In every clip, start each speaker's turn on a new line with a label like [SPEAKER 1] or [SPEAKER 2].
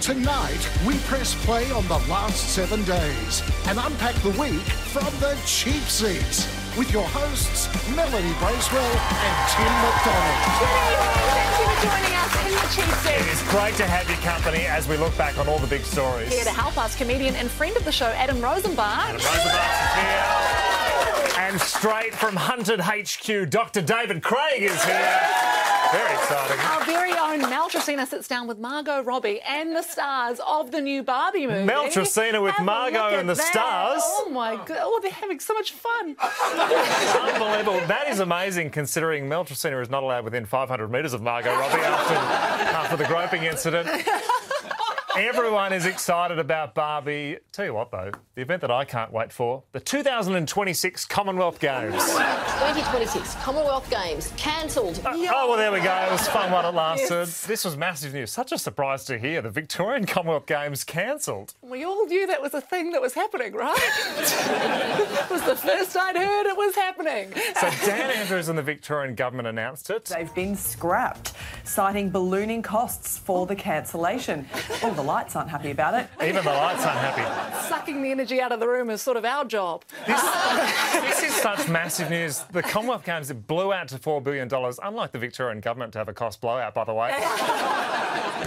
[SPEAKER 1] Tonight, we press play on the last seven days and unpack the week from the cheap seats with your hosts, Melanie Bracewell and Tim McDonald.
[SPEAKER 2] Good evening. Thank you for joining us in the cheap
[SPEAKER 3] It
[SPEAKER 2] seats.
[SPEAKER 3] is great to have your company as we look back on all the big stories.
[SPEAKER 2] Here to help us, comedian and friend of the show, Adam Rosenbach.
[SPEAKER 3] Rosenbach's here. And straight from Hunted HQ, Dr. David Craig is here. Very exciting.
[SPEAKER 2] Our very own Mel Tracina sits down with Margot Robbie and the stars of the new Barbie movie.
[SPEAKER 3] Mel Tracina with
[SPEAKER 2] Have a
[SPEAKER 3] Margot
[SPEAKER 2] look at
[SPEAKER 3] and the
[SPEAKER 2] that.
[SPEAKER 3] stars.
[SPEAKER 2] Oh my god! Oh, they're having so much fun.
[SPEAKER 3] Unbelievable. That is amazing considering Mel Tracina is not allowed within 500 metres of Margot Robbie after, after the groping incident. Everyone is excited about Barbie. Tell you what, though, the event that I can't wait for the 2026 Commonwealth Games.
[SPEAKER 4] 2026 Commonwealth Games cancelled.
[SPEAKER 3] Oh, well, there we go. It was fun while it lasted. This was massive news. Such a surprise to hear the Victorian Commonwealth Games cancelled.
[SPEAKER 2] We all knew that was a thing that was happening, right? it was the first I'd heard it was happening.
[SPEAKER 3] So Dan Andrews and the Victorian government announced it.
[SPEAKER 5] They've been scrapped, citing ballooning costs for the cancellation. All the lights aren't happy about it.
[SPEAKER 3] Even the lights aren't happy.
[SPEAKER 2] Sucking the energy out of the room is sort of our job.
[SPEAKER 3] This is such massive news. The Commonwealth Games it blew out to $4 billion, unlike the Victorian government to have a cost blowout, by the way.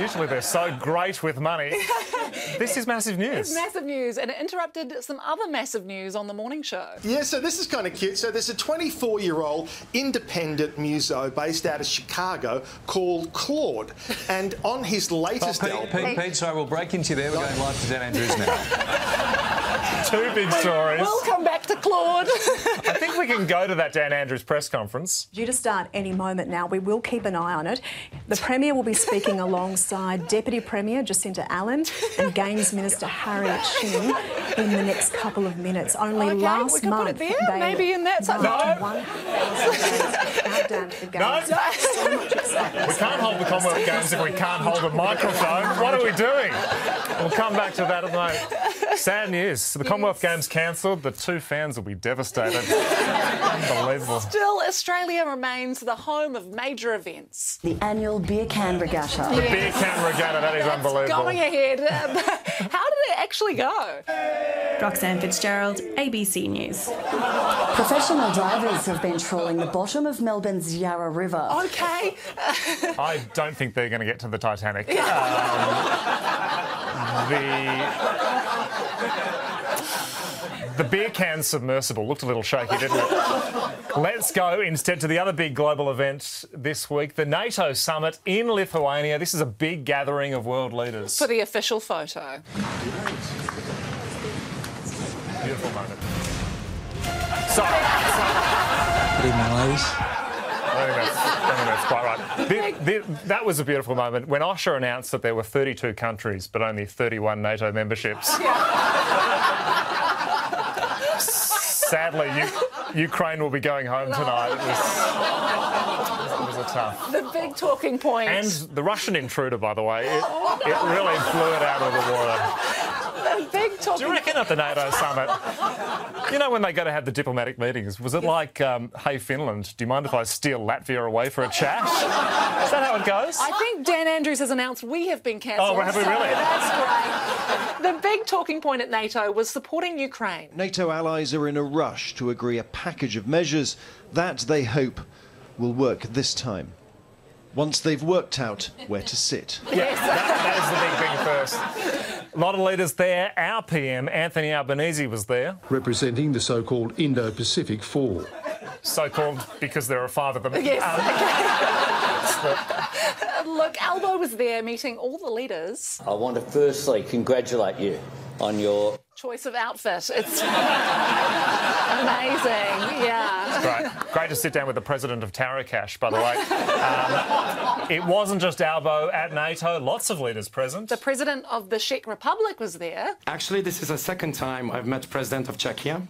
[SPEAKER 3] Usually they're so great with money. This is massive news.
[SPEAKER 2] Massive news, and it interrupted some other massive news on the morning show.
[SPEAKER 6] Yeah, so this is kind of cute. So there's a 24 year old independent muso based out of Chicago called Claude. And on his
[SPEAKER 7] Oh,
[SPEAKER 6] latest
[SPEAKER 7] Pete,
[SPEAKER 6] album.
[SPEAKER 7] Pete, Pete, sorry, we'll break into you there. We're going live to Dan Andrews now.
[SPEAKER 3] Two big stories.
[SPEAKER 2] We'll come back to Claude.
[SPEAKER 3] I think we can go to that Dan Andrews press conference.
[SPEAKER 8] due to start any moment now. We will keep an eye on it. The Premier will be speaking alongside Deputy Premier Jacinta Allen and Games Minister Harriet Shin in the next couple of minutes. Only
[SPEAKER 2] Okay, we
[SPEAKER 8] last
[SPEAKER 2] could put it
[SPEAKER 8] month
[SPEAKER 2] there,
[SPEAKER 8] they
[SPEAKER 2] maybe in that-
[SPEAKER 8] marked
[SPEAKER 3] No.
[SPEAKER 8] 1,000 days countdown to the
[SPEAKER 3] No.
[SPEAKER 8] Games. So much excitement.
[SPEAKER 3] We can't hold the Commonwealth Games if we can't hold a microphone. What are we doing? We'll come back to that in a moment. Sad news. The Commonwealth Games cancelled. The two fans will be devastated. Unbelievable.
[SPEAKER 2] Still, Australia remains the home of major events.
[SPEAKER 9] The annual beer can regatta.
[SPEAKER 3] The beer can regatta, that is um, unbelievable.
[SPEAKER 2] Going ahead, um, how did it actually go?
[SPEAKER 10] Roxanne Fitzgerald, ABC News.
[SPEAKER 9] Professional divers have been trawling the bottom of Melbourne's Yarra River.
[SPEAKER 2] Okay,
[SPEAKER 3] I don't think they're going to get to the Titanic. Um, the. The beer can submersible looked a little shaky, didn't it? Let's go instead to the other big global event this week, the NATO summit in Lithuania. This is a big gathering of world leaders.
[SPEAKER 2] for the official photo.
[SPEAKER 3] Beautiful moment. So,
[SPEAKER 7] Good evening, ladies.
[SPEAKER 3] I think that's, I think that's quite right. Th- th- that was a beautiful moment when Osher announced that there were 32 countries but only 31 NATO memberships. Sadly, U- Ukraine will be going home tonight. It was, it was a tough.
[SPEAKER 2] The big talking point.
[SPEAKER 3] And the Russian intruder, by the way, it, it really blew it out of the water.
[SPEAKER 2] Oh, the big
[SPEAKER 3] Do
[SPEAKER 2] talking
[SPEAKER 3] you reckon at the NATO summit? You know when they go to have the diplomatic meetings? Was it like, um, hey Finland, do you mind if I steal Latvia away for a chat? Is that how it goes?
[SPEAKER 2] I think Dan Andrews has announced we have been cancelled.
[SPEAKER 3] Oh, well, have we
[SPEAKER 2] so
[SPEAKER 3] really?
[SPEAKER 2] That's great. The big talking point at NATO was supporting Ukraine.
[SPEAKER 11] NATO allies are in a rush to agree a package of measures that they hope will work this time. Once they've worked out where to sit.
[SPEAKER 3] that is the big thing first. A lot of leaders there. Our PM, Anthony Albanese, was there.
[SPEAKER 12] representing the so called Indo Pacific Four.
[SPEAKER 3] So called because there are five of them.
[SPEAKER 2] Yes.
[SPEAKER 3] Um,
[SPEAKER 2] Look, Albo was there meeting all the leaders.
[SPEAKER 12] I want to firstly congratulate you on your.
[SPEAKER 2] Choice of outfit. It's amazing. Yeah.
[SPEAKER 3] Great. Great to sit down with the president of Tarakash, by the way. Um, it wasn't just Albo at NATO, lots of leaders present.
[SPEAKER 2] The president of the Czech Republic was there.
[SPEAKER 12] Actually, this is the second time I've met President of Czechia.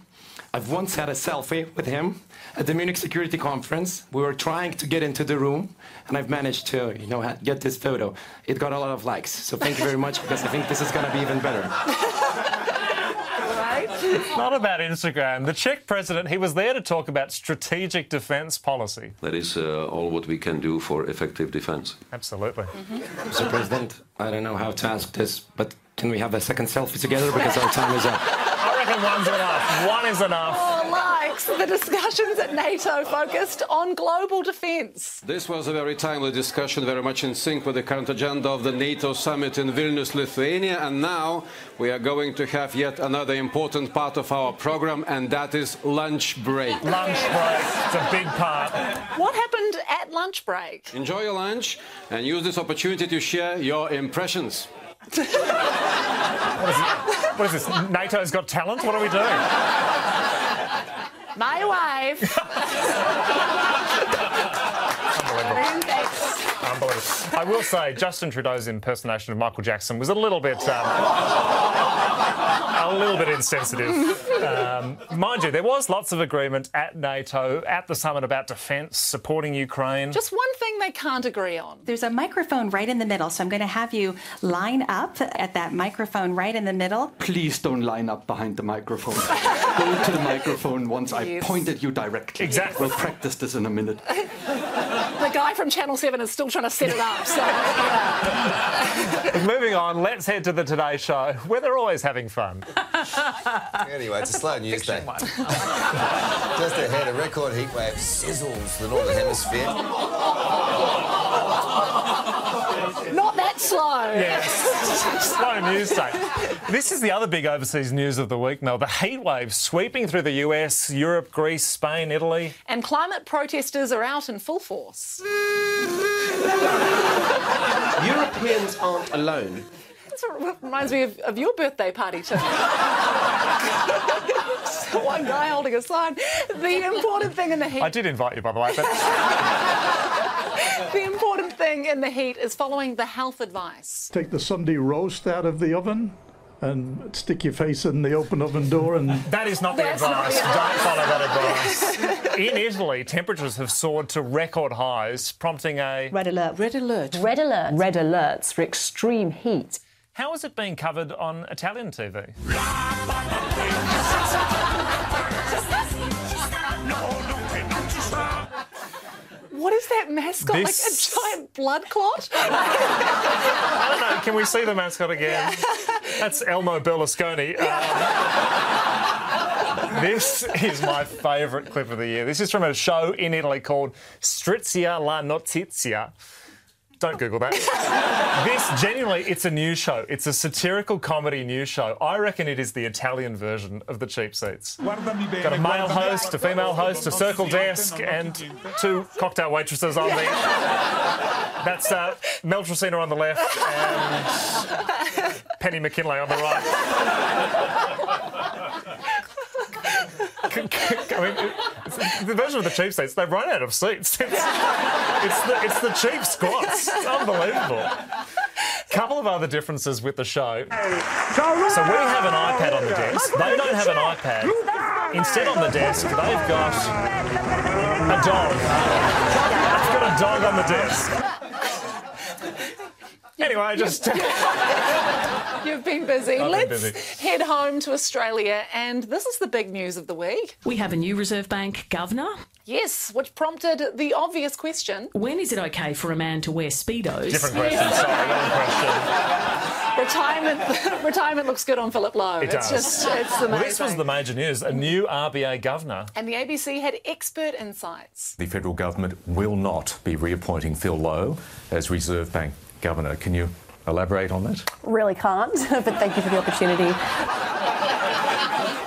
[SPEAKER 12] I've once had a selfie with him at the Munich Security Conference. We were trying to get into the room, and I've managed to, you know, ha- get this photo. It got a lot of likes, so thank you very much because I think this is going to be even better.
[SPEAKER 2] Right.
[SPEAKER 3] Not about Instagram. The Czech president, he was there to talk about strategic defence policy.
[SPEAKER 13] That is uh, all what we can do for effective defense.
[SPEAKER 3] Absolutely.
[SPEAKER 14] Mm-hmm.
[SPEAKER 12] Mr. President, I don't know how to ask this, but can we have a second selfie together because our time is up?
[SPEAKER 3] I reckon one's enough. One is enough.
[SPEAKER 2] Or Oh, likes the discussions at NATO focused on global defence.
[SPEAKER 15] This was a very timely discussion, very much in sync with the current agenda of the NATO summit in Vilnius, Lithuania. And now we are going to have yet another important part of our program, and that is lunch break.
[SPEAKER 3] Lunch break, it's a big part.
[SPEAKER 2] What happened at lunch break?
[SPEAKER 15] Enjoy your lunch and use this opportunity to share your impressions.
[SPEAKER 3] What is this? NATO's got talent? What are we doing?
[SPEAKER 2] My wife.
[SPEAKER 3] Unbelievable. Unbelievable. I will say, Justin Trudeau's impersonation of Michael Jackson was a little bit, um, a little bit insensitive. Um, mind you, there was lots of agreement at NATO at the summit about defence, supporting Ukraine.
[SPEAKER 2] Just one thing they can't agree on.
[SPEAKER 10] There's a microphone right in the middle, so I'm going to have you line up at that microphone right in the middle.
[SPEAKER 12] Please don't line up behind the microphone. Go to the microphone once I
[SPEAKER 2] Yes.
[SPEAKER 12] point at you directly.
[SPEAKER 2] Exactly.
[SPEAKER 12] We'll practice this in a minute.
[SPEAKER 2] The guy from Channel 7 is still trying to set it up, so. yeah.
[SPEAKER 3] Moving on, let's head to the Today Show, where they're always having fun.
[SPEAKER 16] Anyway, it's a slow news day. Just ahead, a record heat wave sizzles the northern hemisphere.
[SPEAKER 2] Not that slow.
[SPEAKER 3] Yes. Slow news day. This is the other big overseas news of the week, Mel. The heat wave sweeping through the US, Europe, Greece, Spain, Italy.
[SPEAKER 2] And climate protesters are out in full force.
[SPEAKER 14] Europeans aren't alone.
[SPEAKER 2] That's what reminds me of, of your birthday party, too. One guy holding a sign. The important thing in the heat.
[SPEAKER 3] I did invite you, by the way, but
[SPEAKER 2] The important thing in the heat is following the health advice.
[SPEAKER 17] Take the Sunday roast out of the oven and stick your face in the open oven door and.
[SPEAKER 3] that is not the
[SPEAKER 17] That's not
[SPEAKER 3] advice.
[SPEAKER 17] the
[SPEAKER 3] Don't follow that advice. In Italy, temperatures have soared to record highs, prompting a.
[SPEAKER 18] Red alert. Red alert. Red alert. Red alerts for extreme heat.
[SPEAKER 3] How has it been covered on Italian TV?
[SPEAKER 2] What is that mascot?
[SPEAKER 3] This-
[SPEAKER 2] Like a giant blood clot?
[SPEAKER 3] I don't know. Can we see the mascot again? That's Elmo Berlusconi. Um, this is my favourite clip of the year. This is from a show in Italy called Strizia la Notizia. Don't Google that. this genuinely, it's a news show. It's a satirical comedy news show. I reckon it is the Italian version of the cheap seats. Got a male host, a female host, a circle desk, and two cocktail waitresses on the. That's uh, Mel Trocina on the left and Penny McKinley on the right. I mean, it's- the version of the cheap seats, they've run out of seats. It's, it's, the, it's the cheap squats. It's unbelievable. Couple of other differences with the show. So we have an iPad on the desk. They don't have an iPad. Instead, on the desk, they've got a dog. They've got a dog on the desk. Anyway, I just.
[SPEAKER 2] You've been busy.
[SPEAKER 3] I've been
[SPEAKER 2] Let's
[SPEAKER 3] busy.
[SPEAKER 2] head home to Australia, and this is the big news of the week.
[SPEAKER 19] We have a new Reserve Bank governor.
[SPEAKER 2] Yes, which prompted the obvious question.
[SPEAKER 19] When is it okay for a man to wear Speedos?
[SPEAKER 2] Different question,
[SPEAKER 3] sorry,
[SPEAKER 2] Retirement retirement looks good on Philip Lowe.
[SPEAKER 3] It does.
[SPEAKER 2] Oh, It's just it's amazing.
[SPEAKER 3] Well, this was the major news. A new RBA governor.
[SPEAKER 2] And the ABC had expert insights.
[SPEAKER 20] The federal government will not be reappointing Phil Lowe as Reserve Bank governor. Can you elaborate on that?
[SPEAKER 21] Really can't, but thank you for the opportunity.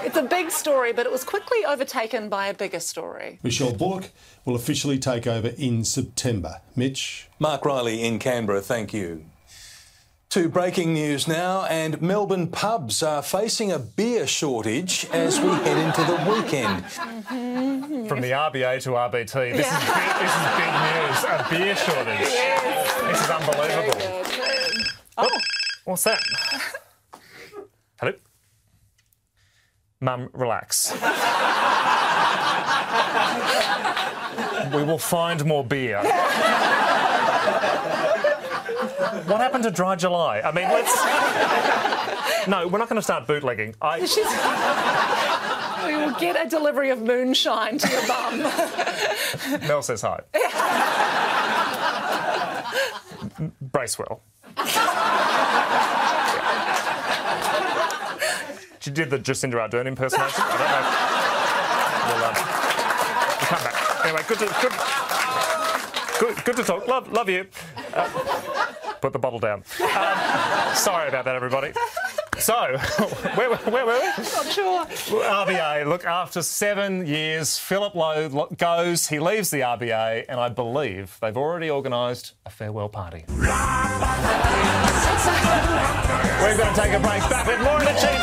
[SPEAKER 2] It's a big story, but it was quickly overtaken by a bigger story.
[SPEAKER 22] Michelle Bork will officially take over in September. Mitch?
[SPEAKER 7] Mark Riley in Canberra, thank you. To breaking news now, and Melbourne pubs are facing a beer shortage as we head into the weekend.
[SPEAKER 3] From the RBA to RBT, this, is, big, this is big news. A beer shortage. This is unbelievable. Oh, what's that? Hello? Mum, relax. we will find more beer. what happened to Dry July? I mean, let's. No, we're not going to start bootlegging. I,
[SPEAKER 2] We will get a delivery of moonshine to your bum.
[SPEAKER 3] Mel says hi. Bracewell. she did the Jacinda Ardern impersonation. I don't know. We'll, um, we'll come back. Anyway, good to, good, good, good to talk. Love, love you. Uh, put the bottle down. Um, sorry about that, everybody. So, where, were- where were we?
[SPEAKER 2] Not sure.
[SPEAKER 3] Well, RBA. Look, after seven years, Philip Lowe lo- goes. He leaves the RBA, and I believe they've already organised a farewell party. We're going to take a break. Back with more in the cheap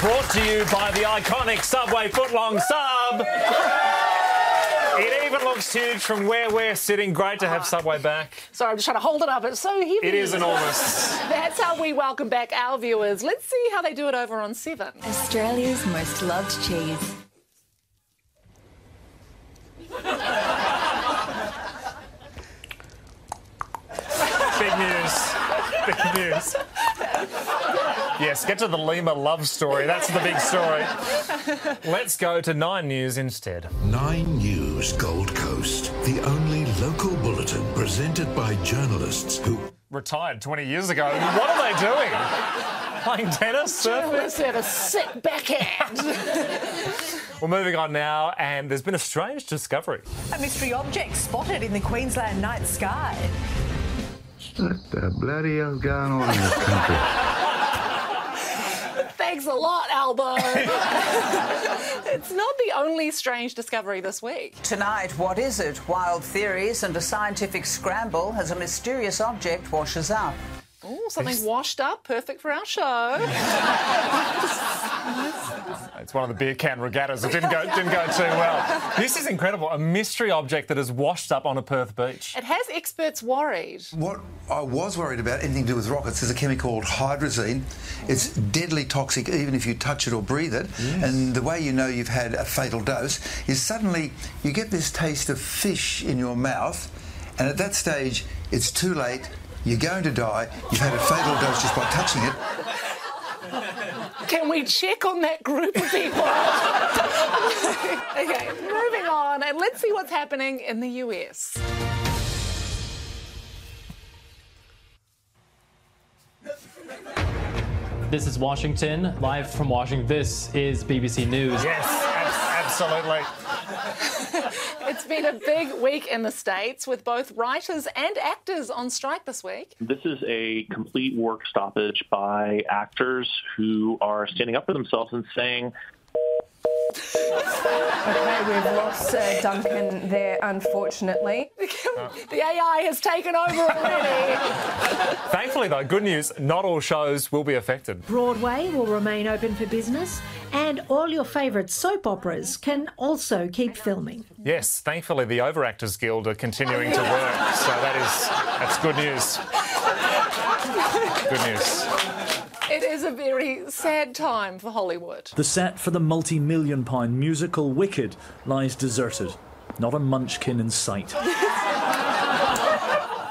[SPEAKER 3] Brought to you by the iconic Subway footlong sub. It even looks huge from where we're sitting. Great to have Subway back.
[SPEAKER 2] Sorry, I'm just trying to hold it up. It's so heavy.
[SPEAKER 3] It is enormous.
[SPEAKER 2] That's how we welcome back our viewers. Let's see how they do it over on Seven.
[SPEAKER 1] Australia's most loved cheese.
[SPEAKER 3] Big news. Big news. Yes, get to the Lima love story. That's the big story. Let's go to Nine News instead.
[SPEAKER 4] Nine News Gold Coast, the only local bulletin presented by journalists who.
[SPEAKER 3] Retired 20 years ago. What are they doing? Playing tennis? Surfing?
[SPEAKER 2] Journalists have a sick backhand.
[SPEAKER 3] We're moving on now, and there's been a strange discovery.
[SPEAKER 5] A mystery object spotted in the Queensland night sky.
[SPEAKER 4] What
[SPEAKER 23] uh,
[SPEAKER 4] the bloody hell's going on in this country?
[SPEAKER 2] Thanks a lot, Albo. it's not the only strange discovery this week.
[SPEAKER 24] Tonight, what is it? Wild theories and a scientific scramble as a mysterious object washes up.
[SPEAKER 2] Oh, something washed up, perfect for our show.
[SPEAKER 3] It's one of the beer can regattas. It didn't go, didn't go too well. This is incredible. A mystery object that has washed up on a Perth beach.
[SPEAKER 2] it has experts worried.
[SPEAKER 23] What I was worried about, anything to do with rockets, is a chemical called hydrazine. It's deadly toxic even if you touch it or breathe it. And the way you know you've had a fatal dose is suddenly you get this taste of fish in your mouth, and at that stage, it's too late. You're going to die. You've had a fatal dose just by touching it.
[SPEAKER 2] Can we check on that group of people? okay, moving on, and let's see what's happening in the US.
[SPEAKER 25] This is Washington, live from Washington. This is BBC News.
[SPEAKER 3] Yes, ab- absolutely.
[SPEAKER 2] It's been a big week in the States with both writers and actors on strike this week.
[SPEAKER 26] This is a complete work stoppage by actors who are standing up for themselves and saying,
[SPEAKER 27] Okay, we've lost uh, Duncan there, unfortunately.
[SPEAKER 3] Uh,
[SPEAKER 2] The AI has taken over already.
[SPEAKER 3] Thankfully, though, good news not all shows will be affected.
[SPEAKER 28] Broadway will remain open for business, and all your favourite soap operas can also keep filming.
[SPEAKER 3] Yes, thankfully, the Overactors Guild are continuing to work, so that is that's good news. Good news.
[SPEAKER 2] it is a very sad time for Hollywood.
[SPEAKER 29] The set for the multi million pound musical Wicked lies deserted. Not a munchkin in sight.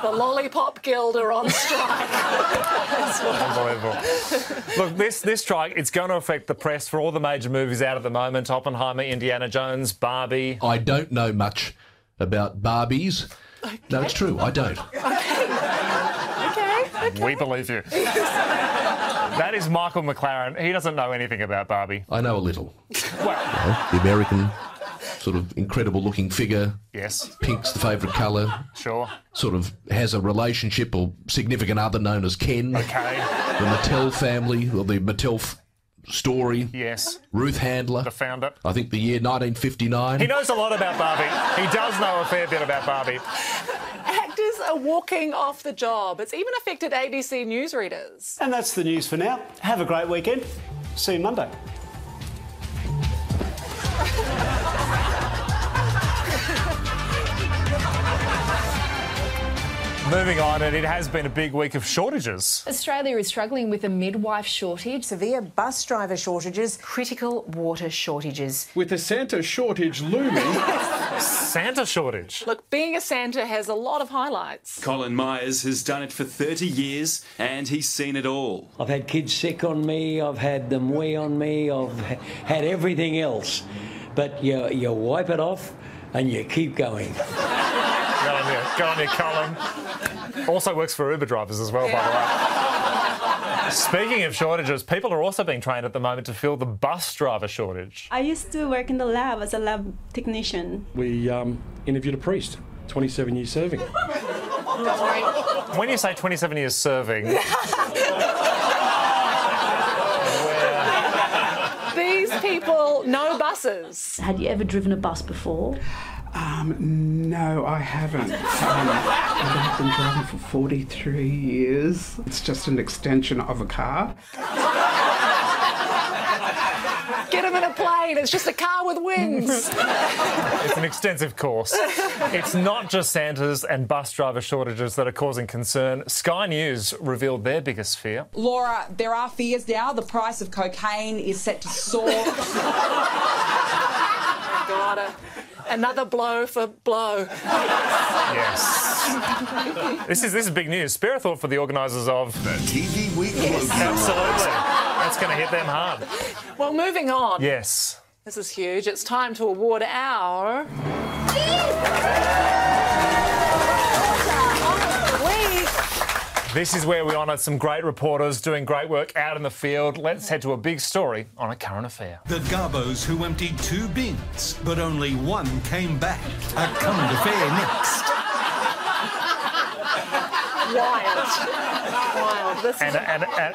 [SPEAKER 2] The Lollipop Guild are on strike. as well.
[SPEAKER 3] Unbelievable. Look, this this strike it's going to affect the press for all the major movies out at the moment: Oppenheimer, Indiana Jones, Barbie.
[SPEAKER 30] I don't know much about Barbies. No, it's true. I don't.
[SPEAKER 2] Okay, okay.
[SPEAKER 3] We believe you. That is Michael McLaren. He doesn't know anything about Barbie.
[SPEAKER 30] I know a little. the American sort of incredible looking figure.
[SPEAKER 3] Yes,
[SPEAKER 30] Pink's the favourite colour.
[SPEAKER 3] sure.
[SPEAKER 30] Sort of has a relationship or significant other known as Ken.
[SPEAKER 3] Okay.
[SPEAKER 30] The Mattel family or the Mattel f- story.
[SPEAKER 3] Yes,
[SPEAKER 30] Ruth Handler.
[SPEAKER 3] the founder.
[SPEAKER 30] I think the year 1959.
[SPEAKER 3] He knows a lot about Barbie. He does know a fair bit about Barbie.
[SPEAKER 2] Actors are walking off the job. It's even affected ABC newsreaders.
[SPEAKER 31] And that's the news for now. Have a great weekend. See you Monday.
[SPEAKER 3] Moving on, and it has been a big week of shortages.
[SPEAKER 6] Australia is struggling with a midwife shortage, severe bus driver shortages, critical water shortages.
[SPEAKER 8] With the Santa shortage looming.
[SPEAKER 3] Santa shortage.
[SPEAKER 2] Look, being a Santa has a lot of highlights.
[SPEAKER 9] Colin Myers has done it for 30 years and he's seen it all.
[SPEAKER 10] I've had kids sick on me, I've had them wee on me, I've had everything else. But you, you wipe it off and you keep going.
[SPEAKER 3] Go on here, go on here, Colin. Also works for Uber drivers as well, by the way. Speaking of shortages, people are also being trained at the moment to fill the bus driver shortage.
[SPEAKER 11] I used to work in the lab as a lab technician.
[SPEAKER 8] We um, interviewed a priest, 27 years serving.
[SPEAKER 3] when you say 27 years serving,
[SPEAKER 2] These people know buses.
[SPEAKER 12] Had you ever driven a bus before?
[SPEAKER 13] Um, no, I haven't. Um, I've been driving for 43 years. It's just an extension of a car.
[SPEAKER 2] Get them in a plane. It's just a car with wings.
[SPEAKER 3] it's an extensive course. It's not just Santas and bus driver shortages that are causing concern. Sky News revealed their biggest fear.
[SPEAKER 15] Laura, there are fears now. The price of cocaine is set to soar.
[SPEAKER 2] Got it. Another blow for blow.
[SPEAKER 3] Yes. this is this is big news. Spare a thought for the organisers of
[SPEAKER 4] the TV Week.
[SPEAKER 3] Yes. Absolutely. That's going to hit them hard.
[SPEAKER 2] Well, moving on.
[SPEAKER 3] Yes.
[SPEAKER 2] This is huge. It's time to award our.
[SPEAKER 3] This is where we honour some great reporters doing great work out in the field. Let's head to a big story on a current affair.
[SPEAKER 16] The Garbos who emptied two bins, but only one came back. A current affair next.
[SPEAKER 2] Wild. Wild. This
[SPEAKER 3] and, and, and...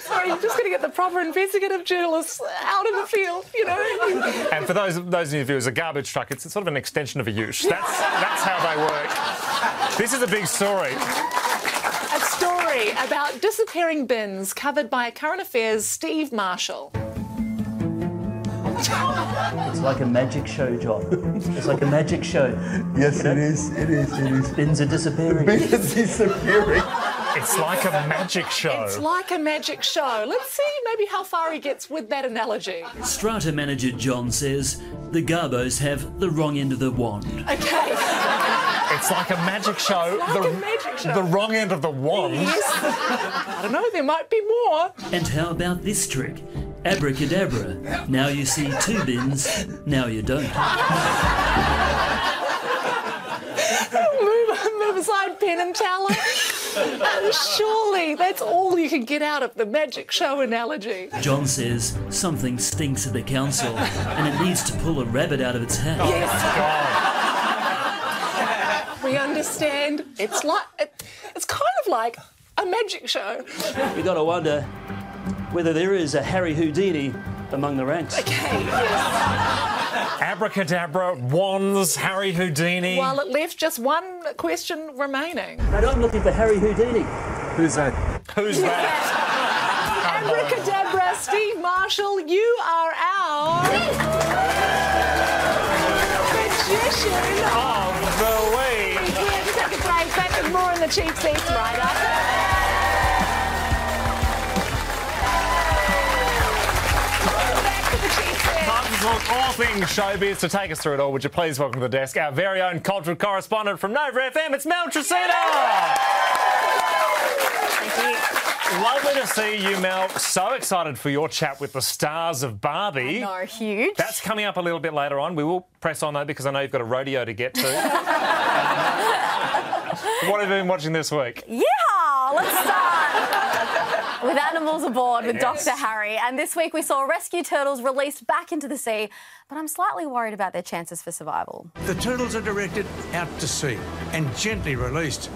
[SPEAKER 2] Sorry, I'm just going to get the proper investigative journalists out of the field, you know.
[SPEAKER 3] And for those those of you viewers, a garbage truck, it's sort of an extension of a use. That's that's how they work. This is a big story.
[SPEAKER 2] A story about disappearing bins covered by current affairs Steve Marshall.
[SPEAKER 14] It's like a magic show, John. It's like a magic show.
[SPEAKER 16] Yes, it is. It is. It is.
[SPEAKER 14] Bins are disappearing.
[SPEAKER 16] Bins are disappearing.
[SPEAKER 3] It's like a magic show.
[SPEAKER 2] It's like a magic show. Let's see maybe how far he gets with that analogy.
[SPEAKER 17] Strata manager John says the Garbos have the wrong end of the wand.
[SPEAKER 2] Okay.
[SPEAKER 3] It's like a magic show.
[SPEAKER 2] Like
[SPEAKER 3] the,
[SPEAKER 2] a magic show.
[SPEAKER 3] the wrong end of the wand.
[SPEAKER 2] Yes. I don't know, there might be more.
[SPEAKER 17] And how about this trick? Abracadabra. Now you see two bins, now you don't.
[SPEAKER 2] move, move aside, pen and teller. And surely that's all you can get out of the magic show analogy.
[SPEAKER 17] John says something stinks at the council and it needs to pull a rabbit out of its hat.
[SPEAKER 2] Oh yes. we understand. It's like it, it's kind of like a magic show.
[SPEAKER 14] We gotta wonder whether there is a Harry Houdini among the ranks.
[SPEAKER 2] Okay. Yes.
[SPEAKER 3] Abracadabra, wands, Harry Houdini.
[SPEAKER 2] Well, it left just one question remaining.
[SPEAKER 14] But I'm looking for Harry Houdini.
[SPEAKER 16] Who's that?
[SPEAKER 3] Who's that?
[SPEAKER 2] Abracadabra, Steve Marshall, you are our magician
[SPEAKER 3] of the week.
[SPEAKER 2] We're here to take a break. Back with more in the cheap seats right after.
[SPEAKER 3] talk all things showbiz. To take us through it all, would you please welcome to the desk our very own cultural correspondent from Nova FM, it's Mel Tresina! Lovely to see you, Mel. So excited for your chat with the stars of Barbie.
[SPEAKER 32] No, huge.
[SPEAKER 3] That's coming up a little bit later on. We will press on though because I know you've got a rodeo to get to. what have you been watching this week?
[SPEAKER 32] Yeah, let's start. with animals aboard with
[SPEAKER 3] Yes.
[SPEAKER 32] Dr. Harry. And this week we saw rescue turtles released back into the sea, but I'm slightly worried about their chances for survival.
[SPEAKER 16] The turtles are directed out to sea and gently released.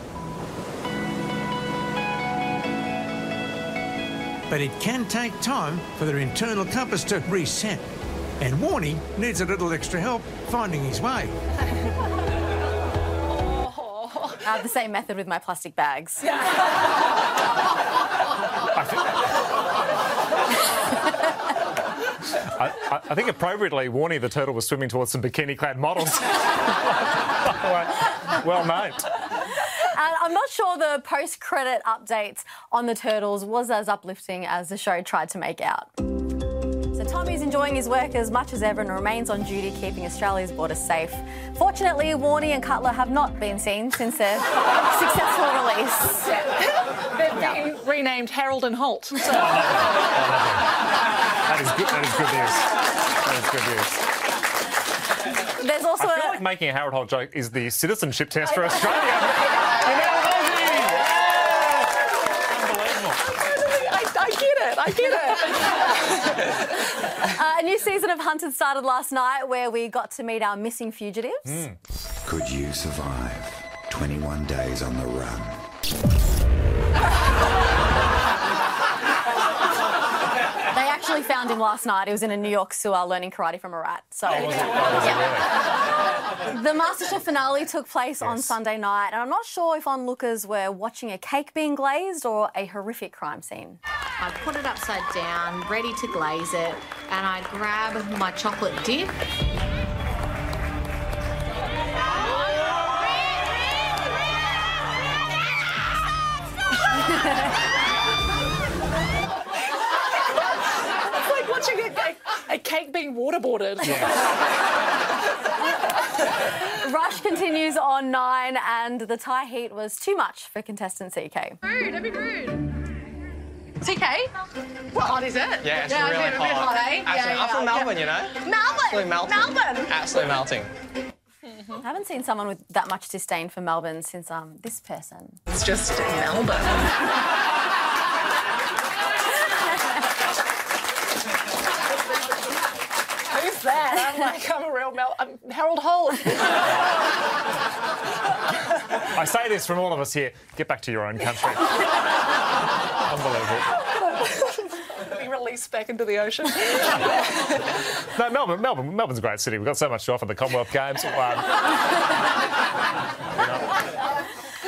[SPEAKER 16] But it can take time for their internal compass to reset. And Warnie needs a little extra help finding his way.
[SPEAKER 4] Oh.
[SPEAKER 32] I have the same method with my plastic
[SPEAKER 3] I
[SPEAKER 32] bags.
[SPEAKER 3] think- I, I, I think appropriately, Warnie the turtle was swimming towards some bikini-clad models. well named.
[SPEAKER 32] And I'm not sure the post credit update on the Turtles was as uplifting as the show tried to make out. So Tommy's enjoying his work as much as ever and remains on duty keeping Australia's border safe. Fortunately, Warney and Cutler have not been seen since their successful release.
[SPEAKER 2] They've been renamed Harold and Holt. So.
[SPEAKER 3] That is good. That is good news. That is good news.
[SPEAKER 32] There's also uh,
[SPEAKER 3] I feel
[SPEAKER 32] a
[SPEAKER 3] like making a Harold Holt joke is the citizenship test for Australia.
[SPEAKER 2] I, I get it. I get it.
[SPEAKER 32] uh, a new season of Hunted started last night where we got to meet our missing fugitives.
[SPEAKER 1] Hmm. Could you survive 21 days on the run?
[SPEAKER 32] They actually found him last night. He was in a New York sewer learning karate from a rat. So the MasterChef finale took place on Sunday night, and I'm not sure if onlookers were watching a cake being glazed or a horrific crime scene.
[SPEAKER 5] I put it upside down, ready to glaze it, and I grab my chocolate dip.
[SPEAKER 2] it's like watching a, a, a cake being waterboarded.
[SPEAKER 32] Rush continues on nine, and the Thai heat was too much for contestant CK.
[SPEAKER 7] Rude, don't be rude. TK? What? Hot is it?
[SPEAKER 18] Yeah, it's
[SPEAKER 7] I
[SPEAKER 18] really
[SPEAKER 7] do, a bit
[SPEAKER 18] hot.
[SPEAKER 7] eh?
[SPEAKER 18] Absolutely. I'm from Melbourne, you know. Absolutely
[SPEAKER 7] Melbourne!
[SPEAKER 18] melting.
[SPEAKER 7] Melbourne!
[SPEAKER 18] Absolutely melting.
[SPEAKER 32] I haven't seen someone with that much disdain for Melbourne since um, this person.
[SPEAKER 7] It's just Melbourne.
[SPEAKER 2] Who's that? I'm like, I'm a real Mel. I'm Harold Holt.
[SPEAKER 3] I say this from all of us here. Get back to your own country. Unbelievable.
[SPEAKER 2] Be released back into the ocean.
[SPEAKER 3] No, Melbourne, Melbourne, Melbourne's a great city. We've got so much to offer. The Commonwealth Games. Um,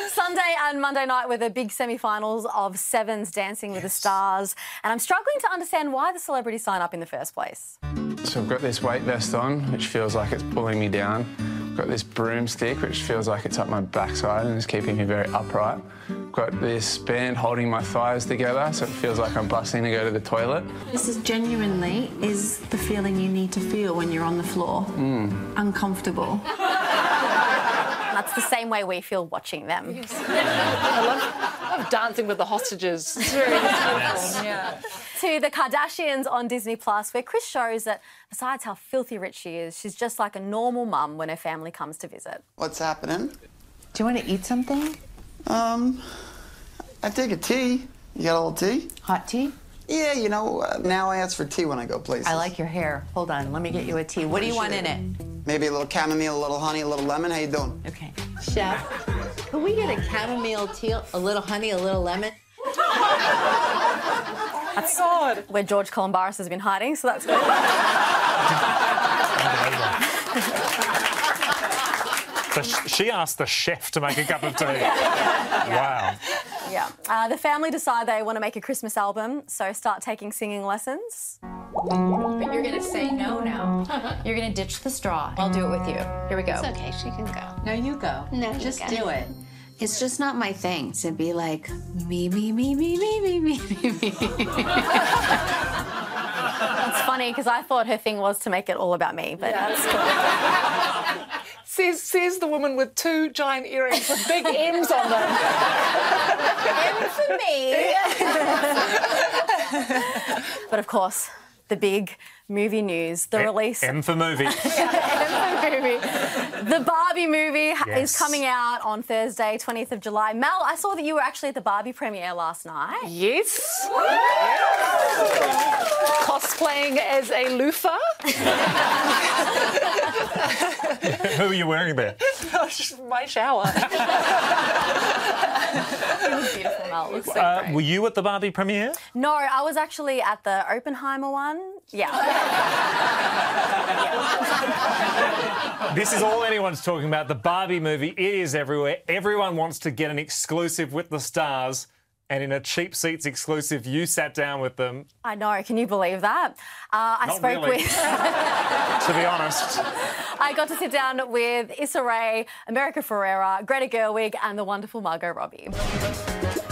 [SPEAKER 32] Sunday and Monday night were the big semi finals of Sevens Dancing with the Stars, and I'm struggling to understand why the celebrities sign up in the first place.
[SPEAKER 19] So I've got this weight vest on, which feels like it's pulling me down. I've got this broomstick, which feels like it's up my backside and is keeping me very upright. I've got this band holding my thighs together, so it feels like I'm busting to go to the toilet.
[SPEAKER 20] This is genuinely is the feeling you need to feel when you're on the floor.
[SPEAKER 19] Mm.
[SPEAKER 18] Hmm.
[SPEAKER 20] Uncomfortable.
[SPEAKER 32] And that's the same way we feel watching them.
[SPEAKER 2] I love, love dancing with the hostages. It's very beautiful. Yeah.
[SPEAKER 32] to the Kardashians on Disney Plus, where Chris shows that besides how filthy rich she is, she's just like a normal mum when her family comes to visit.
[SPEAKER 21] What's happening? Do you want to eat something? Um, I take a tea. You got a little tea? Hot tea? Yeah, you know, uh, now I ask for tea when I go places.
[SPEAKER 22] I like your hair. Hold on, let me get you a tea. What do you want in it?
[SPEAKER 21] Maybe a little chamomile, a little honey, a little lemon. How you doing?
[SPEAKER 22] Okay. Chef, can we get a chamomile tea, a little honey, a little lemon?
[SPEAKER 32] That's
[SPEAKER 2] Oh
[SPEAKER 32] God. where George Columbaris has been hiding, so that's good.
[SPEAKER 3] so sh- she asked the chef to make a cup of tea. Wow.
[SPEAKER 32] Yeah. Uh, the family decide they want to make a Christmas album, so start taking singing lessons.
[SPEAKER 22] But you're gonna say no now. You're gonna ditch the straw. I'll do it with you. Here we go.
[SPEAKER 24] It's okay, she can go.
[SPEAKER 22] No, you go.
[SPEAKER 24] No, you
[SPEAKER 22] just
[SPEAKER 24] go.
[SPEAKER 22] do it.
[SPEAKER 24] It's just not my thing to be like me, me, me, me, me, me, me, me, me.
[SPEAKER 32] It's funny because I thought her thing was to make it all about me, but that's cool.
[SPEAKER 2] Says, says the woman with two giant earrings with big M's on them.
[SPEAKER 32] M for me. But of course, the big movie news,
[SPEAKER 3] Eh,
[SPEAKER 32] the release.
[SPEAKER 3] M for movie.
[SPEAKER 32] The Barbie movie ha-
[SPEAKER 3] Yes.
[SPEAKER 32] is coming out on Thursday, 20th of July. Mel, I saw that you were actually at the Barbie premiere last night.
[SPEAKER 2] Yes. Cosplaying as a loofah.
[SPEAKER 3] Who are you wearing there?
[SPEAKER 2] My shower.
[SPEAKER 32] Beautiful, Mel. It looks so
[SPEAKER 3] Uh,
[SPEAKER 32] great.
[SPEAKER 3] were you at the Barbie premiere?
[SPEAKER 32] No, I was actually at the Oppenheimer one. Yeah.
[SPEAKER 3] This is all anyone's talking about. The Barbie movie. It is everywhere. Everyone wants to get an exclusive with the stars. and in a cheap seats exclusive, you sat down with them.
[SPEAKER 33] I know. Can you believe that? Uh, I
[SPEAKER 3] Not
[SPEAKER 33] spoke
[SPEAKER 3] really.
[SPEAKER 33] with.
[SPEAKER 3] To be honest,
[SPEAKER 33] I got to sit down with Issa Rae, America Ferrera, Greta Gerwig, and the wonderful Margot Robbie.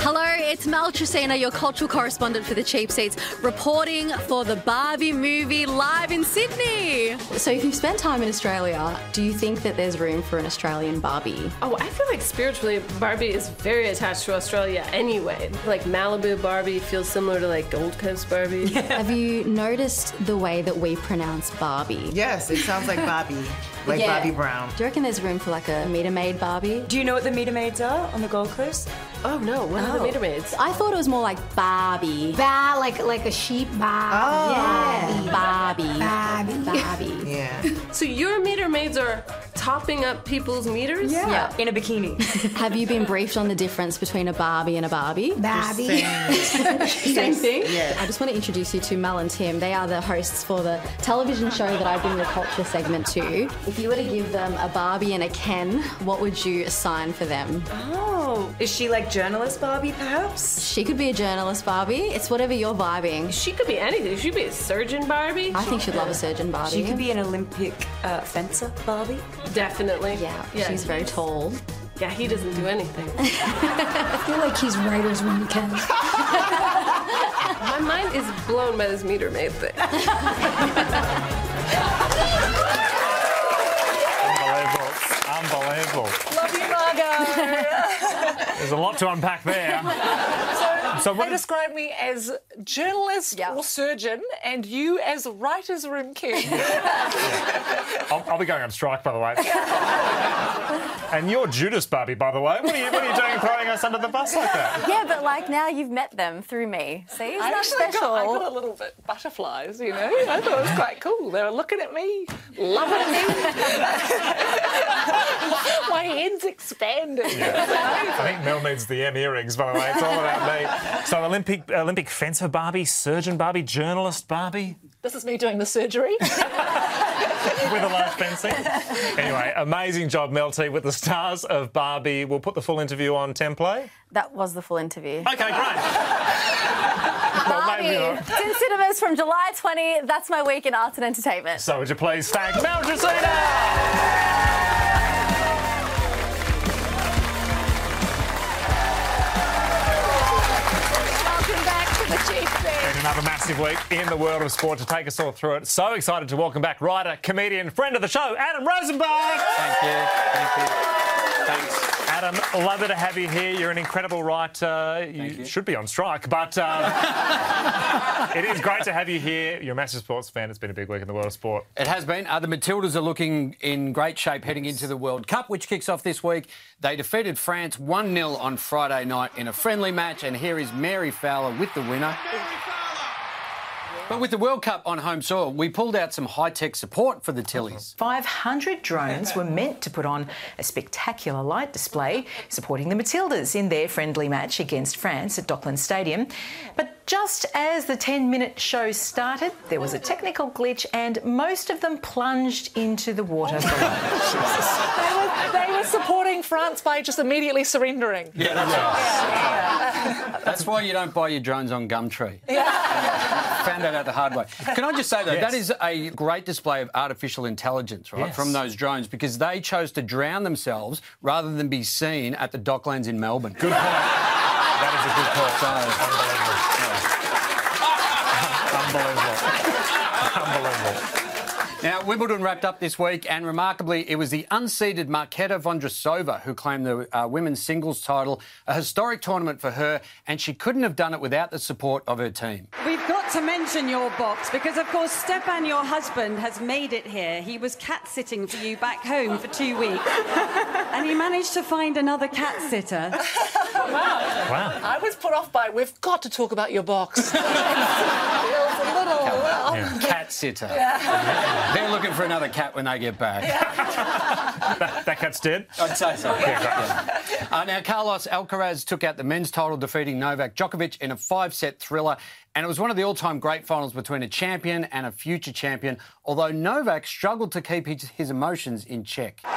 [SPEAKER 32] Hello, it's Mel Tresina, your cultural correspondent for the Cheap Seats, reporting for the Barbie movie live in Sydney. So, if you've spent time in Australia, do you think that there's room for an Australian Barbie?
[SPEAKER 9] Oh, I feel like spiritually, Barbie is very attached to Australia anyway. Like Malibu Barbie feels similar to like Gold Coast Barbie.
[SPEAKER 32] Have you noticed the way that we pronounce Barbie?
[SPEAKER 15] Yes, it sounds like Barbie, like
[SPEAKER 32] Yeah.
[SPEAKER 15] Bobby Brown.
[SPEAKER 32] Do you reckon there's room for like a meter maid Barbie?
[SPEAKER 9] Do you know what the meter maids are on the Gold Coast? Oh no, what are the meter maids?
[SPEAKER 32] I thought it was more like Barbie.
[SPEAKER 34] Ba, like like a sheep.
[SPEAKER 15] Oh.
[SPEAKER 34] Ba.
[SPEAKER 32] Yeah. Barbie.
[SPEAKER 34] Barbie.
[SPEAKER 32] Barbie.
[SPEAKER 15] Yeah.
[SPEAKER 9] So your meter maids are topping up people's meters?
[SPEAKER 32] Yeah. Yeah.
[SPEAKER 9] In a bikini.
[SPEAKER 32] Have you been briefed on the difference between a Barbie and a Barbie?
[SPEAKER 34] Barbie.
[SPEAKER 32] Same thing? I just want to introduce you to Mel and Tim. They are the hosts for the television show that I bring the culture segment to. If you were to give them a Barbie and a Ken, what would you assign for them?
[SPEAKER 9] Oh,
[SPEAKER 32] is she like journalist Barbie perhaps? She could be a journalist Barbie. It's whatever you're vibing.
[SPEAKER 9] She could be anything. She could be a surgeon Barbie.
[SPEAKER 32] I think she'd love a surgeon Barbie.
[SPEAKER 9] She could be
[SPEAKER 32] an Olympic uh, fencer Barbie.
[SPEAKER 9] Definitely. Yeah,
[SPEAKER 32] she's very tall.
[SPEAKER 9] Yeah, he doesn't do anything.
[SPEAKER 34] I feel like he's right as one can.
[SPEAKER 9] My mind is blown by this meter maid thing.
[SPEAKER 3] unbelievable, unbelievable.
[SPEAKER 32] Love you, Margot.
[SPEAKER 3] There's a lot to unpack there. So
[SPEAKER 2] So
[SPEAKER 3] what-
[SPEAKER 2] they describe me as journalist or surgeon, and you as writer's room king.
[SPEAKER 3] I'll, I'll be going on strike, by the way. and you're Judas Barbie, by the way. What are you, what are you doing throwing us under the bus like that?
[SPEAKER 33] yeah, but like now you've met them through me. See, isn't
[SPEAKER 2] I
[SPEAKER 33] that
[SPEAKER 2] actually
[SPEAKER 33] special?
[SPEAKER 2] Got, I got a little bit butterflies, you know. I thought it was quite cool. They were looking at me, loving me. My head's expanded.
[SPEAKER 3] I think Mel needs the M earrings, by the way. It's all about me. So Olympic Olympic fencer Barbie, surgeon Barbie, journalist Barbie
[SPEAKER 2] This is me doing the surgery.
[SPEAKER 3] with a large fencing. Anyway, amazing job, Mel T, with the stars of Barbie. We'll put the full interview on template.
[SPEAKER 33] That was the full interview.
[SPEAKER 3] Okay, great.
[SPEAKER 33] Barbie. It's in cinemas from July 20. That's my week in arts and entertainment.
[SPEAKER 3] So would you please thank Mel Tresina?
[SPEAKER 2] Welcome back to the Chief Thing.
[SPEAKER 3] And another massive week in the world of sport to take us all through it. So excited to welcome back writer, comedian, friend of the show, Adam Rosenberg. Thank you. Thank you. Thanks. Adam, lovely to have you here. You're an incredible writer. You, should be on strike, but um, it is great to have you here. You're a massive sports fan. It's been a big week in the world of sport.
[SPEAKER 11] It has been. Uh, the Matildas are looking in great shape heading into the World Cup, which kicks off this week. They defeated France 1 0 on Friday night in a friendly match, and here is Mary Fowler with the winner. But with the World Cup on home soil, we pulled out some high tech support for the Tillies.
[SPEAKER 6] 500 drones were meant to put on a spectacular light display supporting the Matildas in their friendly match against France at Dockland Stadium. But just as the 10 minute show started, there was a technical glitch and most of them plunged into the water below.
[SPEAKER 2] They were, they were supporting France by just immediately surrendering.
[SPEAKER 11] Yeah, that's right. That's why you don't buy your drones on Gumtree. Found that out the hard way. Can I just say though,
[SPEAKER 35] Yes.
[SPEAKER 11] that is a great display of artificial intelligence, right,
[SPEAKER 35] Yes.
[SPEAKER 11] from those drones because they chose to drown themselves rather than be seen at the Docklands in Melbourne. Good point. that is a good call. Now, Wimbledon wrapped up this week, and remarkably, it was the unseeded Marketa Vondrasova who claimed the uh, women's singles title, a historic tournament for her, and she couldn't have done it without the support of her team.
[SPEAKER 12] We've got to mention your box because, of course, Stepan, your husband, has made it here. He was cat sitting for you back home for two weeks, and he managed to find another cat sitter.
[SPEAKER 2] Wow. I was put off by we've got to talk about your box. It feels a little. well.
[SPEAKER 11] Yeah. Cat sitter.
[SPEAKER 2] Yeah.
[SPEAKER 11] They're looking for another cat when they get back.
[SPEAKER 3] that, that cat's dead?
[SPEAKER 11] I'd say so.
[SPEAKER 3] Yeah, great.
[SPEAKER 11] Yeah. Uh, now, Carlos Alcaraz took out the men's title, defeating Novak Djokovic in a five set thriller. And it was one of the all time great finals between a champion and a future champion, although Novak struggled to keep his, his emotions in check. That's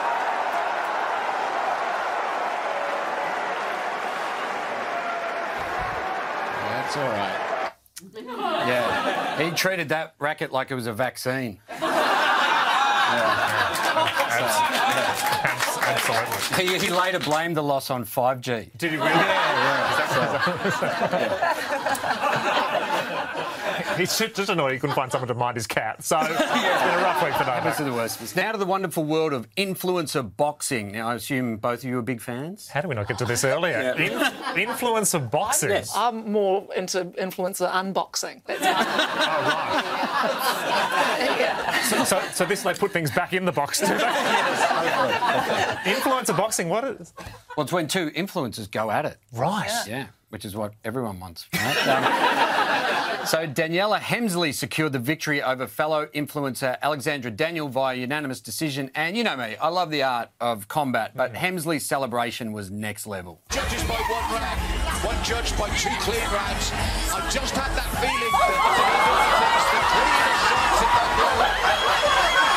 [SPEAKER 11] all right. Yeah. He treated that racket like it was a vaccine.
[SPEAKER 3] Absolutely.
[SPEAKER 11] He, he later blamed the loss on 5G.
[SPEAKER 3] Did he really? He's just just annoyed he couldn't find someone to mind his cat. So it's been a rough week for Novak.
[SPEAKER 11] This is the worst. of us. Now to the wonderful world of influencer boxing. Now, I assume both of you are big fans.
[SPEAKER 3] How do we not get to this earlier? In- influencer boxing.
[SPEAKER 2] I'm more into influencer unboxing. That's
[SPEAKER 3] So, so, so this they put things back in the box. do they? Influencer boxing. What is?
[SPEAKER 11] Well, it's when two influencers go at it.
[SPEAKER 3] Right.
[SPEAKER 11] Yeah. Which is what everyone wants. right? Um, so Daniela Hemsley secured the victory over fellow influencer Alexandra Daniel via unanimous decision. And you know me, I love the art of combat,
[SPEAKER 3] Mm.
[SPEAKER 11] but Hemsley's celebration was next level.
[SPEAKER 4] Judges by one round, one judge by two clean rounds. I just had that feeling that the Dolphins, the cleanest shots in the world.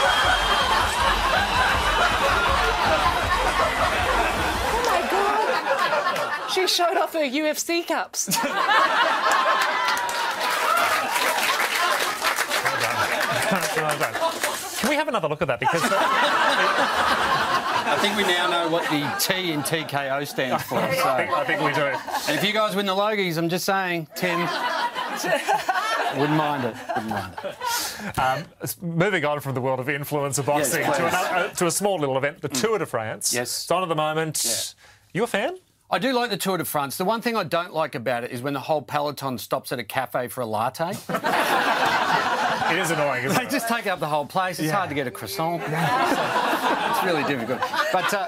[SPEAKER 2] Oh my god! She showed off her UFC cups.
[SPEAKER 3] Well done. Can we have another look at that? Because uh,
[SPEAKER 11] I think we now know what the T in TKO stands for.
[SPEAKER 3] I
[SPEAKER 11] So.
[SPEAKER 3] think- I think we do.
[SPEAKER 11] And if you guys win the Logies, I'm just saying, Tim, wouldn't mind it. Wouldn't mind it.
[SPEAKER 3] um, s- moving on from the world of influencer boxing
[SPEAKER 11] Yes, please.
[SPEAKER 3] to,
[SPEAKER 11] Mm.
[SPEAKER 3] another, uh, to a small little event, the Tour de France. Yes. It's on at the moment. You a fan?
[SPEAKER 11] I do like the Tour de France. The one thing I don't like about it is when the whole peloton stops at a cafe for a latte.
[SPEAKER 3] it is annoying, isn't
[SPEAKER 11] they
[SPEAKER 3] it?
[SPEAKER 11] just take up the whole place. It's hard to get a croissant. it's really difficult. But. Uh,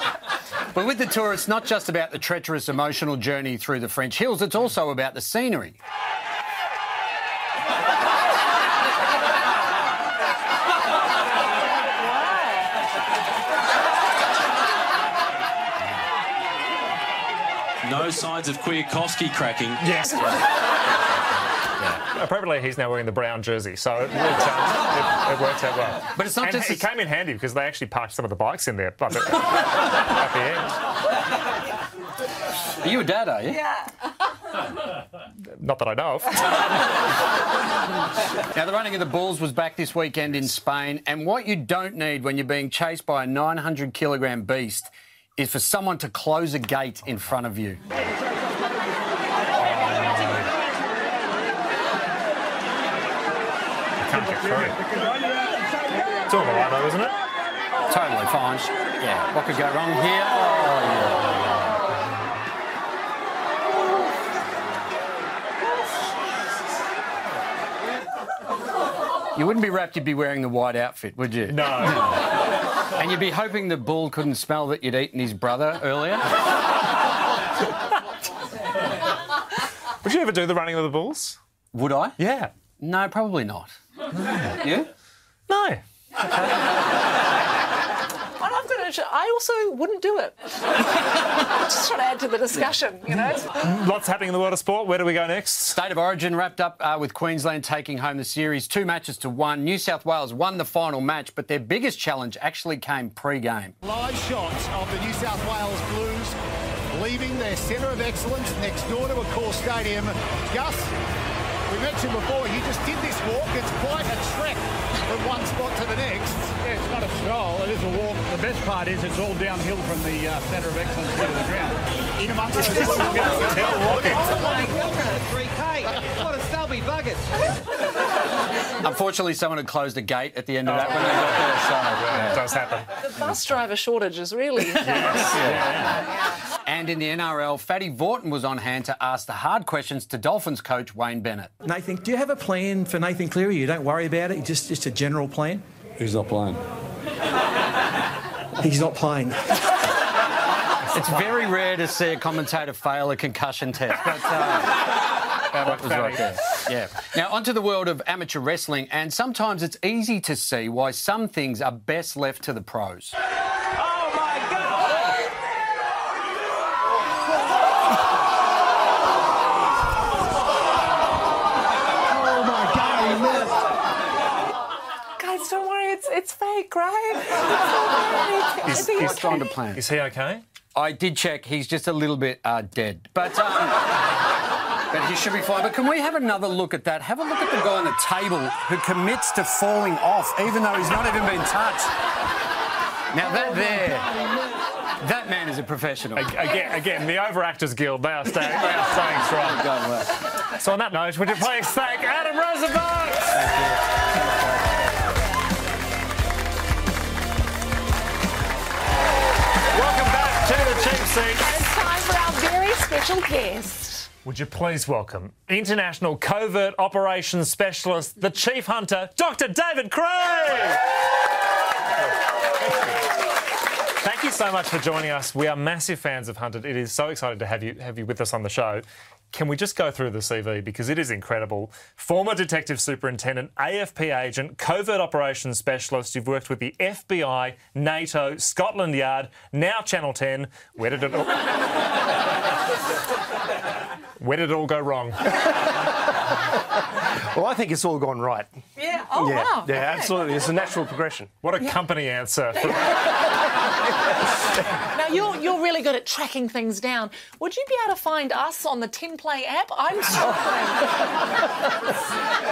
[SPEAKER 11] but with the tour, it's not just about the treacherous emotional journey through the French hills, it's also about the scenery.
[SPEAKER 8] No signs of Kwiatkowski cracking.
[SPEAKER 3] Yes. Appropriately, he's now wearing the brown jersey, so it worked out, it, it worked out well.
[SPEAKER 11] But it's not
[SPEAKER 3] and
[SPEAKER 11] just
[SPEAKER 3] It
[SPEAKER 11] the-
[SPEAKER 3] came in handy because they actually parked some of the bikes in there but at
[SPEAKER 11] Are you a dad, are you?
[SPEAKER 3] the end. Not that I know of.
[SPEAKER 11] Now, the running of the Bulls was back this weekend in Spain, and what you don't need when you're being chased by a 900 kilogram beast is for someone to close a gate in front of you.
[SPEAKER 3] Can't get through. It's all right though, isn't it?
[SPEAKER 11] Totally fine. Yeah. What could go wrong here? Oh, yeah. You wouldn't be wrapped, you'd be wearing the white outfit, would you?
[SPEAKER 3] No.
[SPEAKER 11] and you'd be hoping the bull couldn't smell that you'd eaten his brother earlier.
[SPEAKER 3] Would you ever do the running of the bulls?
[SPEAKER 11] Would I?
[SPEAKER 3] Yeah.
[SPEAKER 11] No, probably not. you?
[SPEAKER 3] No.
[SPEAKER 2] And I've got to, I also wouldn't do it. I just want to add to the discussion, you know?
[SPEAKER 3] Lots happening in the world of sport. Where do we go next?
[SPEAKER 11] State of Origin wrapped up uh, with Queensland taking home the series, two matches to one. New South Wales won the final match, but their biggest challenge actually came pre-game.
[SPEAKER 12] Live shot of the New South Wales Blues leaving their centre of excellence next door to a core stadium. Gus, we mentioned before, you just did this walk. It's quite a trek from one spot to the next.
[SPEAKER 13] Yeah, it's not a stroll, it is a walk. The best part is it's all downhill from the uh, centre of excellence to the ground. In amongst
[SPEAKER 12] This is downhill walking. Oh my goodness.
[SPEAKER 13] 3K. What a stubby bucket.
[SPEAKER 11] Unfortunately, someone had closed a gate at the end of that when they got there, so yeah.
[SPEAKER 3] Oh. It does happen.
[SPEAKER 2] The bus driver shortage is really.
[SPEAKER 11] And in the NRL, Fatty Vorton was on hand to ask the hard questions to Dolphins coach Wayne Bennett.
[SPEAKER 15] Nathan, do you have a plan for Nathan Cleary? You don't worry about it. Just just a general plan.
[SPEAKER 17] Who's not playing?
[SPEAKER 15] He's not playing.
[SPEAKER 11] It's very rare to see a commentator fail a concussion test, but uh, that was right there. Yeah. Now, onto the world of amateur wrestling, and sometimes it's easy to see why some things are best left to the pros.
[SPEAKER 12] Oh my God, he
[SPEAKER 2] Guys,
[SPEAKER 12] missed.
[SPEAKER 2] don't worry, it's, it's fake, right? It's all fake. I think it's
[SPEAKER 11] trying to
[SPEAKER 2] fake.
[SPEAKER 11] plan.
[SPEAKER 3] Is he okay?
[SPEAKER 11] I did check. He's just a little bit uh, dead. But um, But he should be fine. But can we have another look at that? Have a look at the guy on the table who commits to falling off, even though he's not even been touched. Now that there. That man is a professional.
[SPEAKER 3] Again, again the Overactors Guild, they are staying, they are staying
[SPEAKER 11] Oh,
[SPEAKER 3] strong. So on that note, would you please thank Adam Rosenberg? Welcome back to the cheap seats.
[SPEAKER 2] It's time for our very special guest.
[SPEAKER 3] Would you please welcome International Covert Operations Specialist, the Chief Hunter, Dr. David Craig! Thank you so much for joining us. We are massive fans of Hunted. It is so exciting to have you have you with us on the show. Can we just go through the CV because it is incredible? Former detective superintendent, AFP agent, covert operations specialist. You've worked with the FBI, NATO, Scotland Yard, now Channel 10. Where did it all, where did it all go wrong?
[SPEAKER 1] Well, I think it's all gone right.
[SPEAKER 2] Yeah. Oh,
[SPEAKER 1] yeah,
[SPEAKER 2] wow.
[SPEAKER 1] yeah,
[SPEAKER 2] Okay.
[SPEAKER 1] absolutely. It's a natural progression.
[SPEAKER 3] What a company answer.
[SPEAKER 2] Now, you're, you're really good at tracking things down. Would you be able to find us on the Tin Play app? I'm struggling.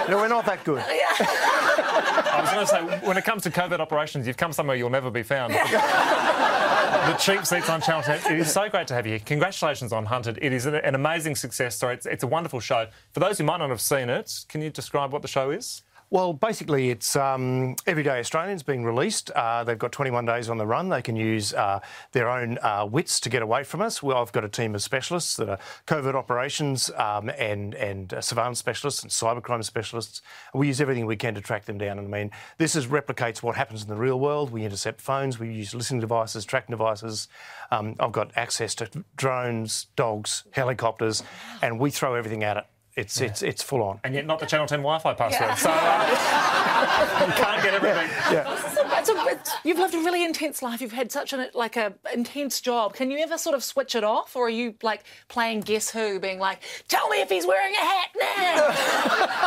[SPEAKER 1] No, we're not that good.
[SPEAKER 3] I was going to say, when it comes to covert operations, you've come somewhere you'll never be found. the cheap seats on Channel 10. It is so great to have you here. Congratulations on Hunted. It is an, an amazing success story. It's, it's a wonderful show. For those who might not have seen it, can you describe what the show is?
[SPEAKER 1] Well, basically, it's um, Everyday Australians being released. Uh, they've got 21 days on the run. They can use uh, their own uh, wits to get away from us. Well, I've got a team of specialists that are covert operations um, and and uh, surveillance specialists and cybercrime specialists. We use everything we can to track them down. And I mean, this is replicates what happens in the real world. We intercept phones. We use listening devices, tracking devices. Um, I've got access to drones, dogs, helicopters, and we throw everything at it. It's it's it's full on.
[SPEAKER 3] And yet, not the Channel 10 Wi Fi password. So uh, you can't get everything.
[SPEAKER 2] It's a- it's a- it's- you've lived a really intense life. You've had such an like a intense job. Can you ever sort of switch it off, or are you like playing Guess Who, being like, "Tell me if he's wearing a hat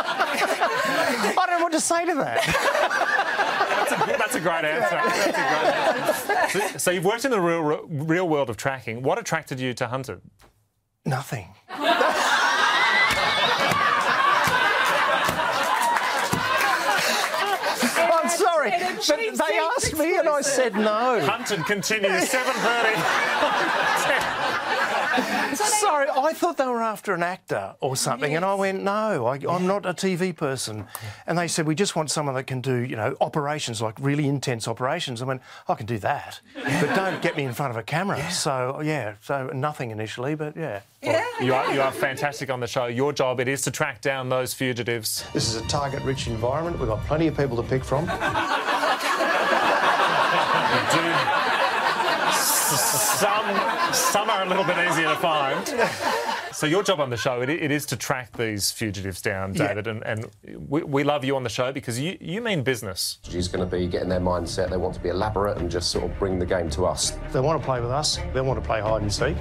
[SPEAKER 2] now."
[SPEAKER 1] I don't know what to say to that.
[SPEAKER 3] That's a, that's a great answer. That's a great answer. So, so you've worked in the real real world of tracking. What attracted you to Hunted?
[SPEAKER 1] Nothing. I'm sorry, but they asked me and I said no.
[SPEAKER 3] Hunted continues 7:30.
[SPEAKER 1] Sorry, I thought they were after an actor or something, and I went, no, I, I'm not a TV person. And they said, we just want someone that can do, you know, operations, like really intense operations. I went, I can do that, but don't get me in front of a camera. So, yeah, so nothing initially, but yeah.
[SPEAKER 3] You are you are fantastic on the show. Your job it is to track down those fugitives.
[SPEAKER 1] This is a target rich environment. We've got plenty of people to pick from.
[SPEAKER 3] Some some are a little bit easier to find. So your job on the show it, i- it is to track these fugitives down,
[SPEAKER 5] Yeah.
[SPEAKER 3] David, and, and we, we love you on the show because you, you mean business.
[SPEAKER 5] She's going to be getting their mindset. They want to be elaborate and just sort of bring the game to us.
[SPEAKER 1] They want to play with us, they want to play hide and seek.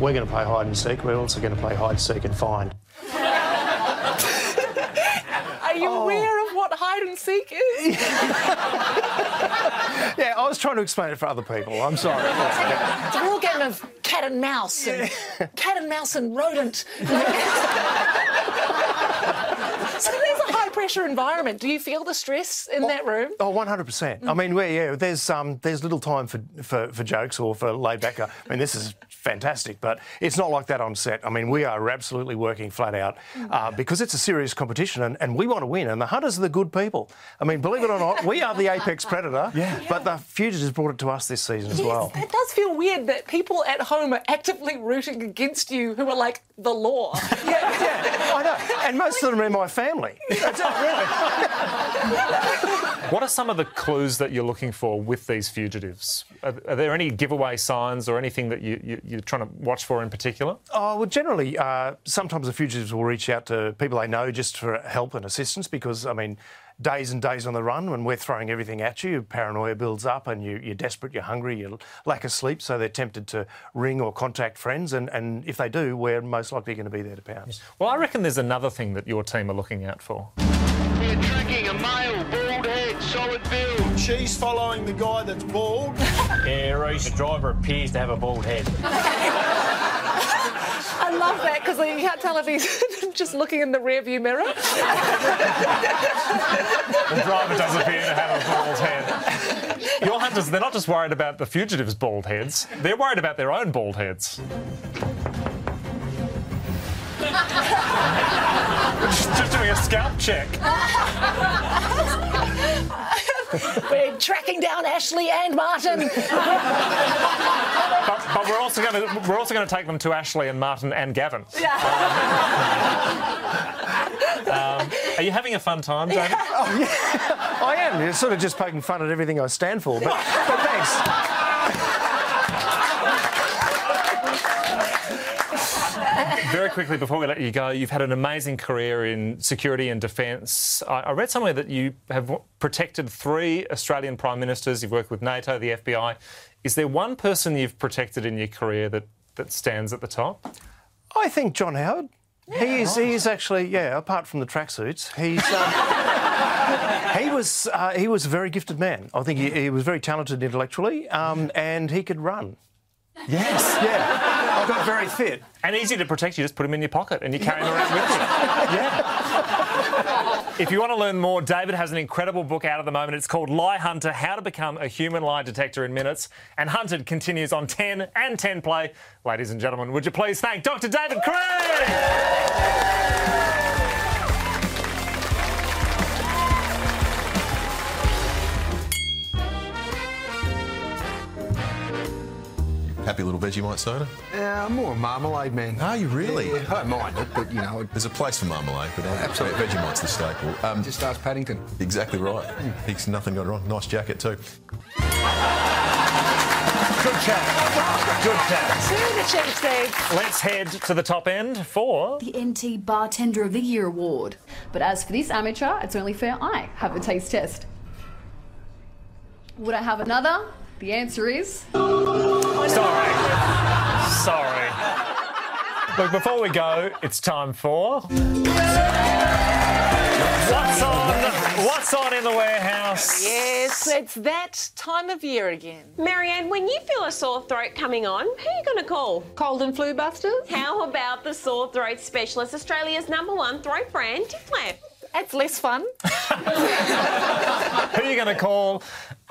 [SPEAKER 1] We're going to play hide and seek. We're also going to play hide, and seek, and find.
[SPEAKER 2] Are you aware of what hide and seek is?
[SPEAKER 1] Yeah, I was trying to explain it for other people. I'm sorry. Yeah.
[SPEAKER 2] It's a real game of cat and mouse, and cat and mouse and rodent. so there's a high pressure environment. Do you feel the stress in that room?
[SPEAKER 1] Oh, 100%. I mean, we yeah, there's um, there's little time for, for, for jokes or for laid back. I mean, this is fantastic, but it's not like that on set. I mean, we are absolutely working flat out uh, because it's a serious competition and, and we want to win. And the hunters are the good people. I mean, believe it or not, we are the apex predator, yeah. but the fugitives brought it to us this season as well.
[SPEAKER 2] It does feel weird that people at home are actively rooting against you who are like the law.
[SPEAKER 1] I know. And most of them are in my family.
[SPEAKER 3] What are some of the clues that you're looking for with these fugitives? Are, are there any giveaway signs or anything that you, you, you're trying to watch for in particular?
[SPEAKER 1] Oh, well, generally, uh, sometimes the fugitives will reach out to people they know just for help and assistance because, I mean, days and days on the run when we're throwing everything at you, paranoia builds up and you, you're desperate, you're hungry, you lack of sleep, so they're tempted to ring or contact friends. And, and if they do, we're most likely going to be there to pounce.
[SPEAKER 3] Well, I reckon there's another thing that your team are looking out for.
[SPEAKER 16] We're tracking a male, bald head, solid build. She's following the guy that's bald.
[SPEAKER 14] Yeah, Reece, the driver appears to have a bald head.
[SPEAKER 2] I love that because you can't tell if he's just looking in the rearview mirror.
[SPEAKER 3] The driver does appear to have a bald head. Your hunters, they're not just worried about the fugitives' bald heads, they're worried about their own bald heads. just doing a scalp check.
[SPEAKER 2] We're tracking down Ashley and Martin.
[SPEAKER 3] But, but we're also going to we're also going to take them to Ashley and Martin and Gavin. Um, are you having a fun time, David?
[SPEAKER 1] Oh, I am. You're sort of just poking fun at everything I stand for, but, but thanks.
[SPEAKER 3] Very quickly before we let you go, you've had an amazing career in security and defence. I, I read somewhere that you have w- protected three Australian prime ministers. You've worked with NATO, the FBI. Is there one person you've protected in your career that, that stands at the top?
[SPEAKER 1] I think John Howard. he is. He is actually. Yeah. Apart from the tracksuits, he's. Um, he was. Uh, he was a very gifted man. I think he, he was very talented intellectually, um, and he could run. Yes. Yeah. I got very fit.
[SPEAKER 3] And easy to protect. You just put him in your pocket and you carry him around with you. Yeah. If you want to learn more, David has an incredible book out at the moment. It's called Lie Hunter How to Become a Human Lie Detector in Minutes. And Hunted continues on 10 and 10 Play. Ladies and gentlemen, would you please thank Dr. David Craig?
[SPEAKER 7] Happy little Vegemite soda?
[SPEAKER 14] Yeah, I'm more a marmalade man.
[SPEAKER 7] Are you really?
[SPEAKER 14] Yeah, I don't mind it, but you know,
[SPEAKER 7] There's a place for marmalade, but I-
[SPEAKER 14] Absolutely.
[SPEAKER 7] Vegemite's the staple. Um, Just
[SPEAKER 14] ask Paddington. Hmm.
[SPEAKER 7] Exactly right. He's nothing gone wrong. Nice jacket too.
[SPEAKER 3] Good chat. Good chat.
[SPEAKER 2] to the Chiefs,
[SPEAKER 3] Let's head to the top end for.
[SPEAKER 17] The NT Bartender of the Year award. But as for this amateur, it's only fair I have a taste test. Would I have another? The answer is.
[SPEAKER 3] Sorry. Look, before we go, it's time for. What's on? What's on in the warehouse?
[SPEAKER 2] Yes, it's that time of year again.
[SPEAKER 18] Marianne, when you feel a sore throat coming on, who are you going to call? Cold and Flu Busters? How about the sore throat specialist, Australia's number one throat brand, Diflab?
[SPEAKER 2] That's less fun.
[SPEAKER 3] Who are you going to call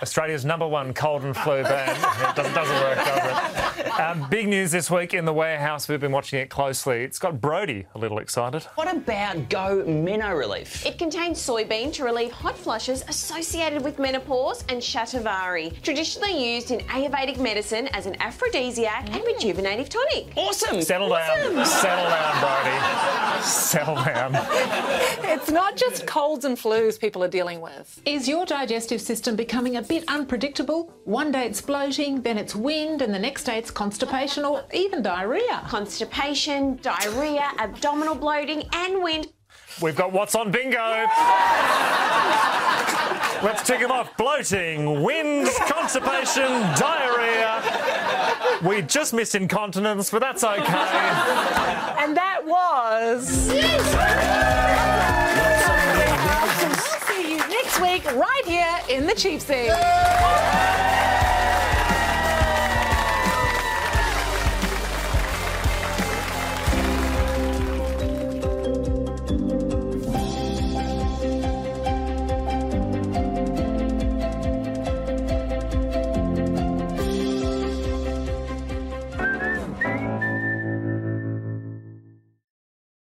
[SPEAKER 3] Australia's number one cold and flu band? it doesn't, doesn't work, does it? Um, big news this week in the warehouse. We've been watching it closely. It's got Brody a little excited.
[SPEAKER 18] What about Go Meno Relief? It contains soybean to relieve hot flushes associated with menopause and shatavari, traditionally used in Ayurvedic medicine as an aphrodisiac and rejuvenative tonic. Awesome!
[SPEAKER 3] Settle down. Settle down, Brody. Settle down.
[SPEAKER 2] it's not just colds and flus people are dealing with.
[SPEAKER 19] Is your digestive system becoming a bit unpredictable? One day it's bloating, then it's wind, and the next day it's constipation or even diarrhea.
[SPEAKER 18] Constipation, diarrhea, abdominal bloating, and wind.
[SPEAKER 3] We've got what's on bingo. Let's tick them off. Bloating, wind, constipation, diarrhea. We just missed incontinence, but that's okay.
[SPEAKER 2] And that was. We'll see you next week, right here in the Chiefs.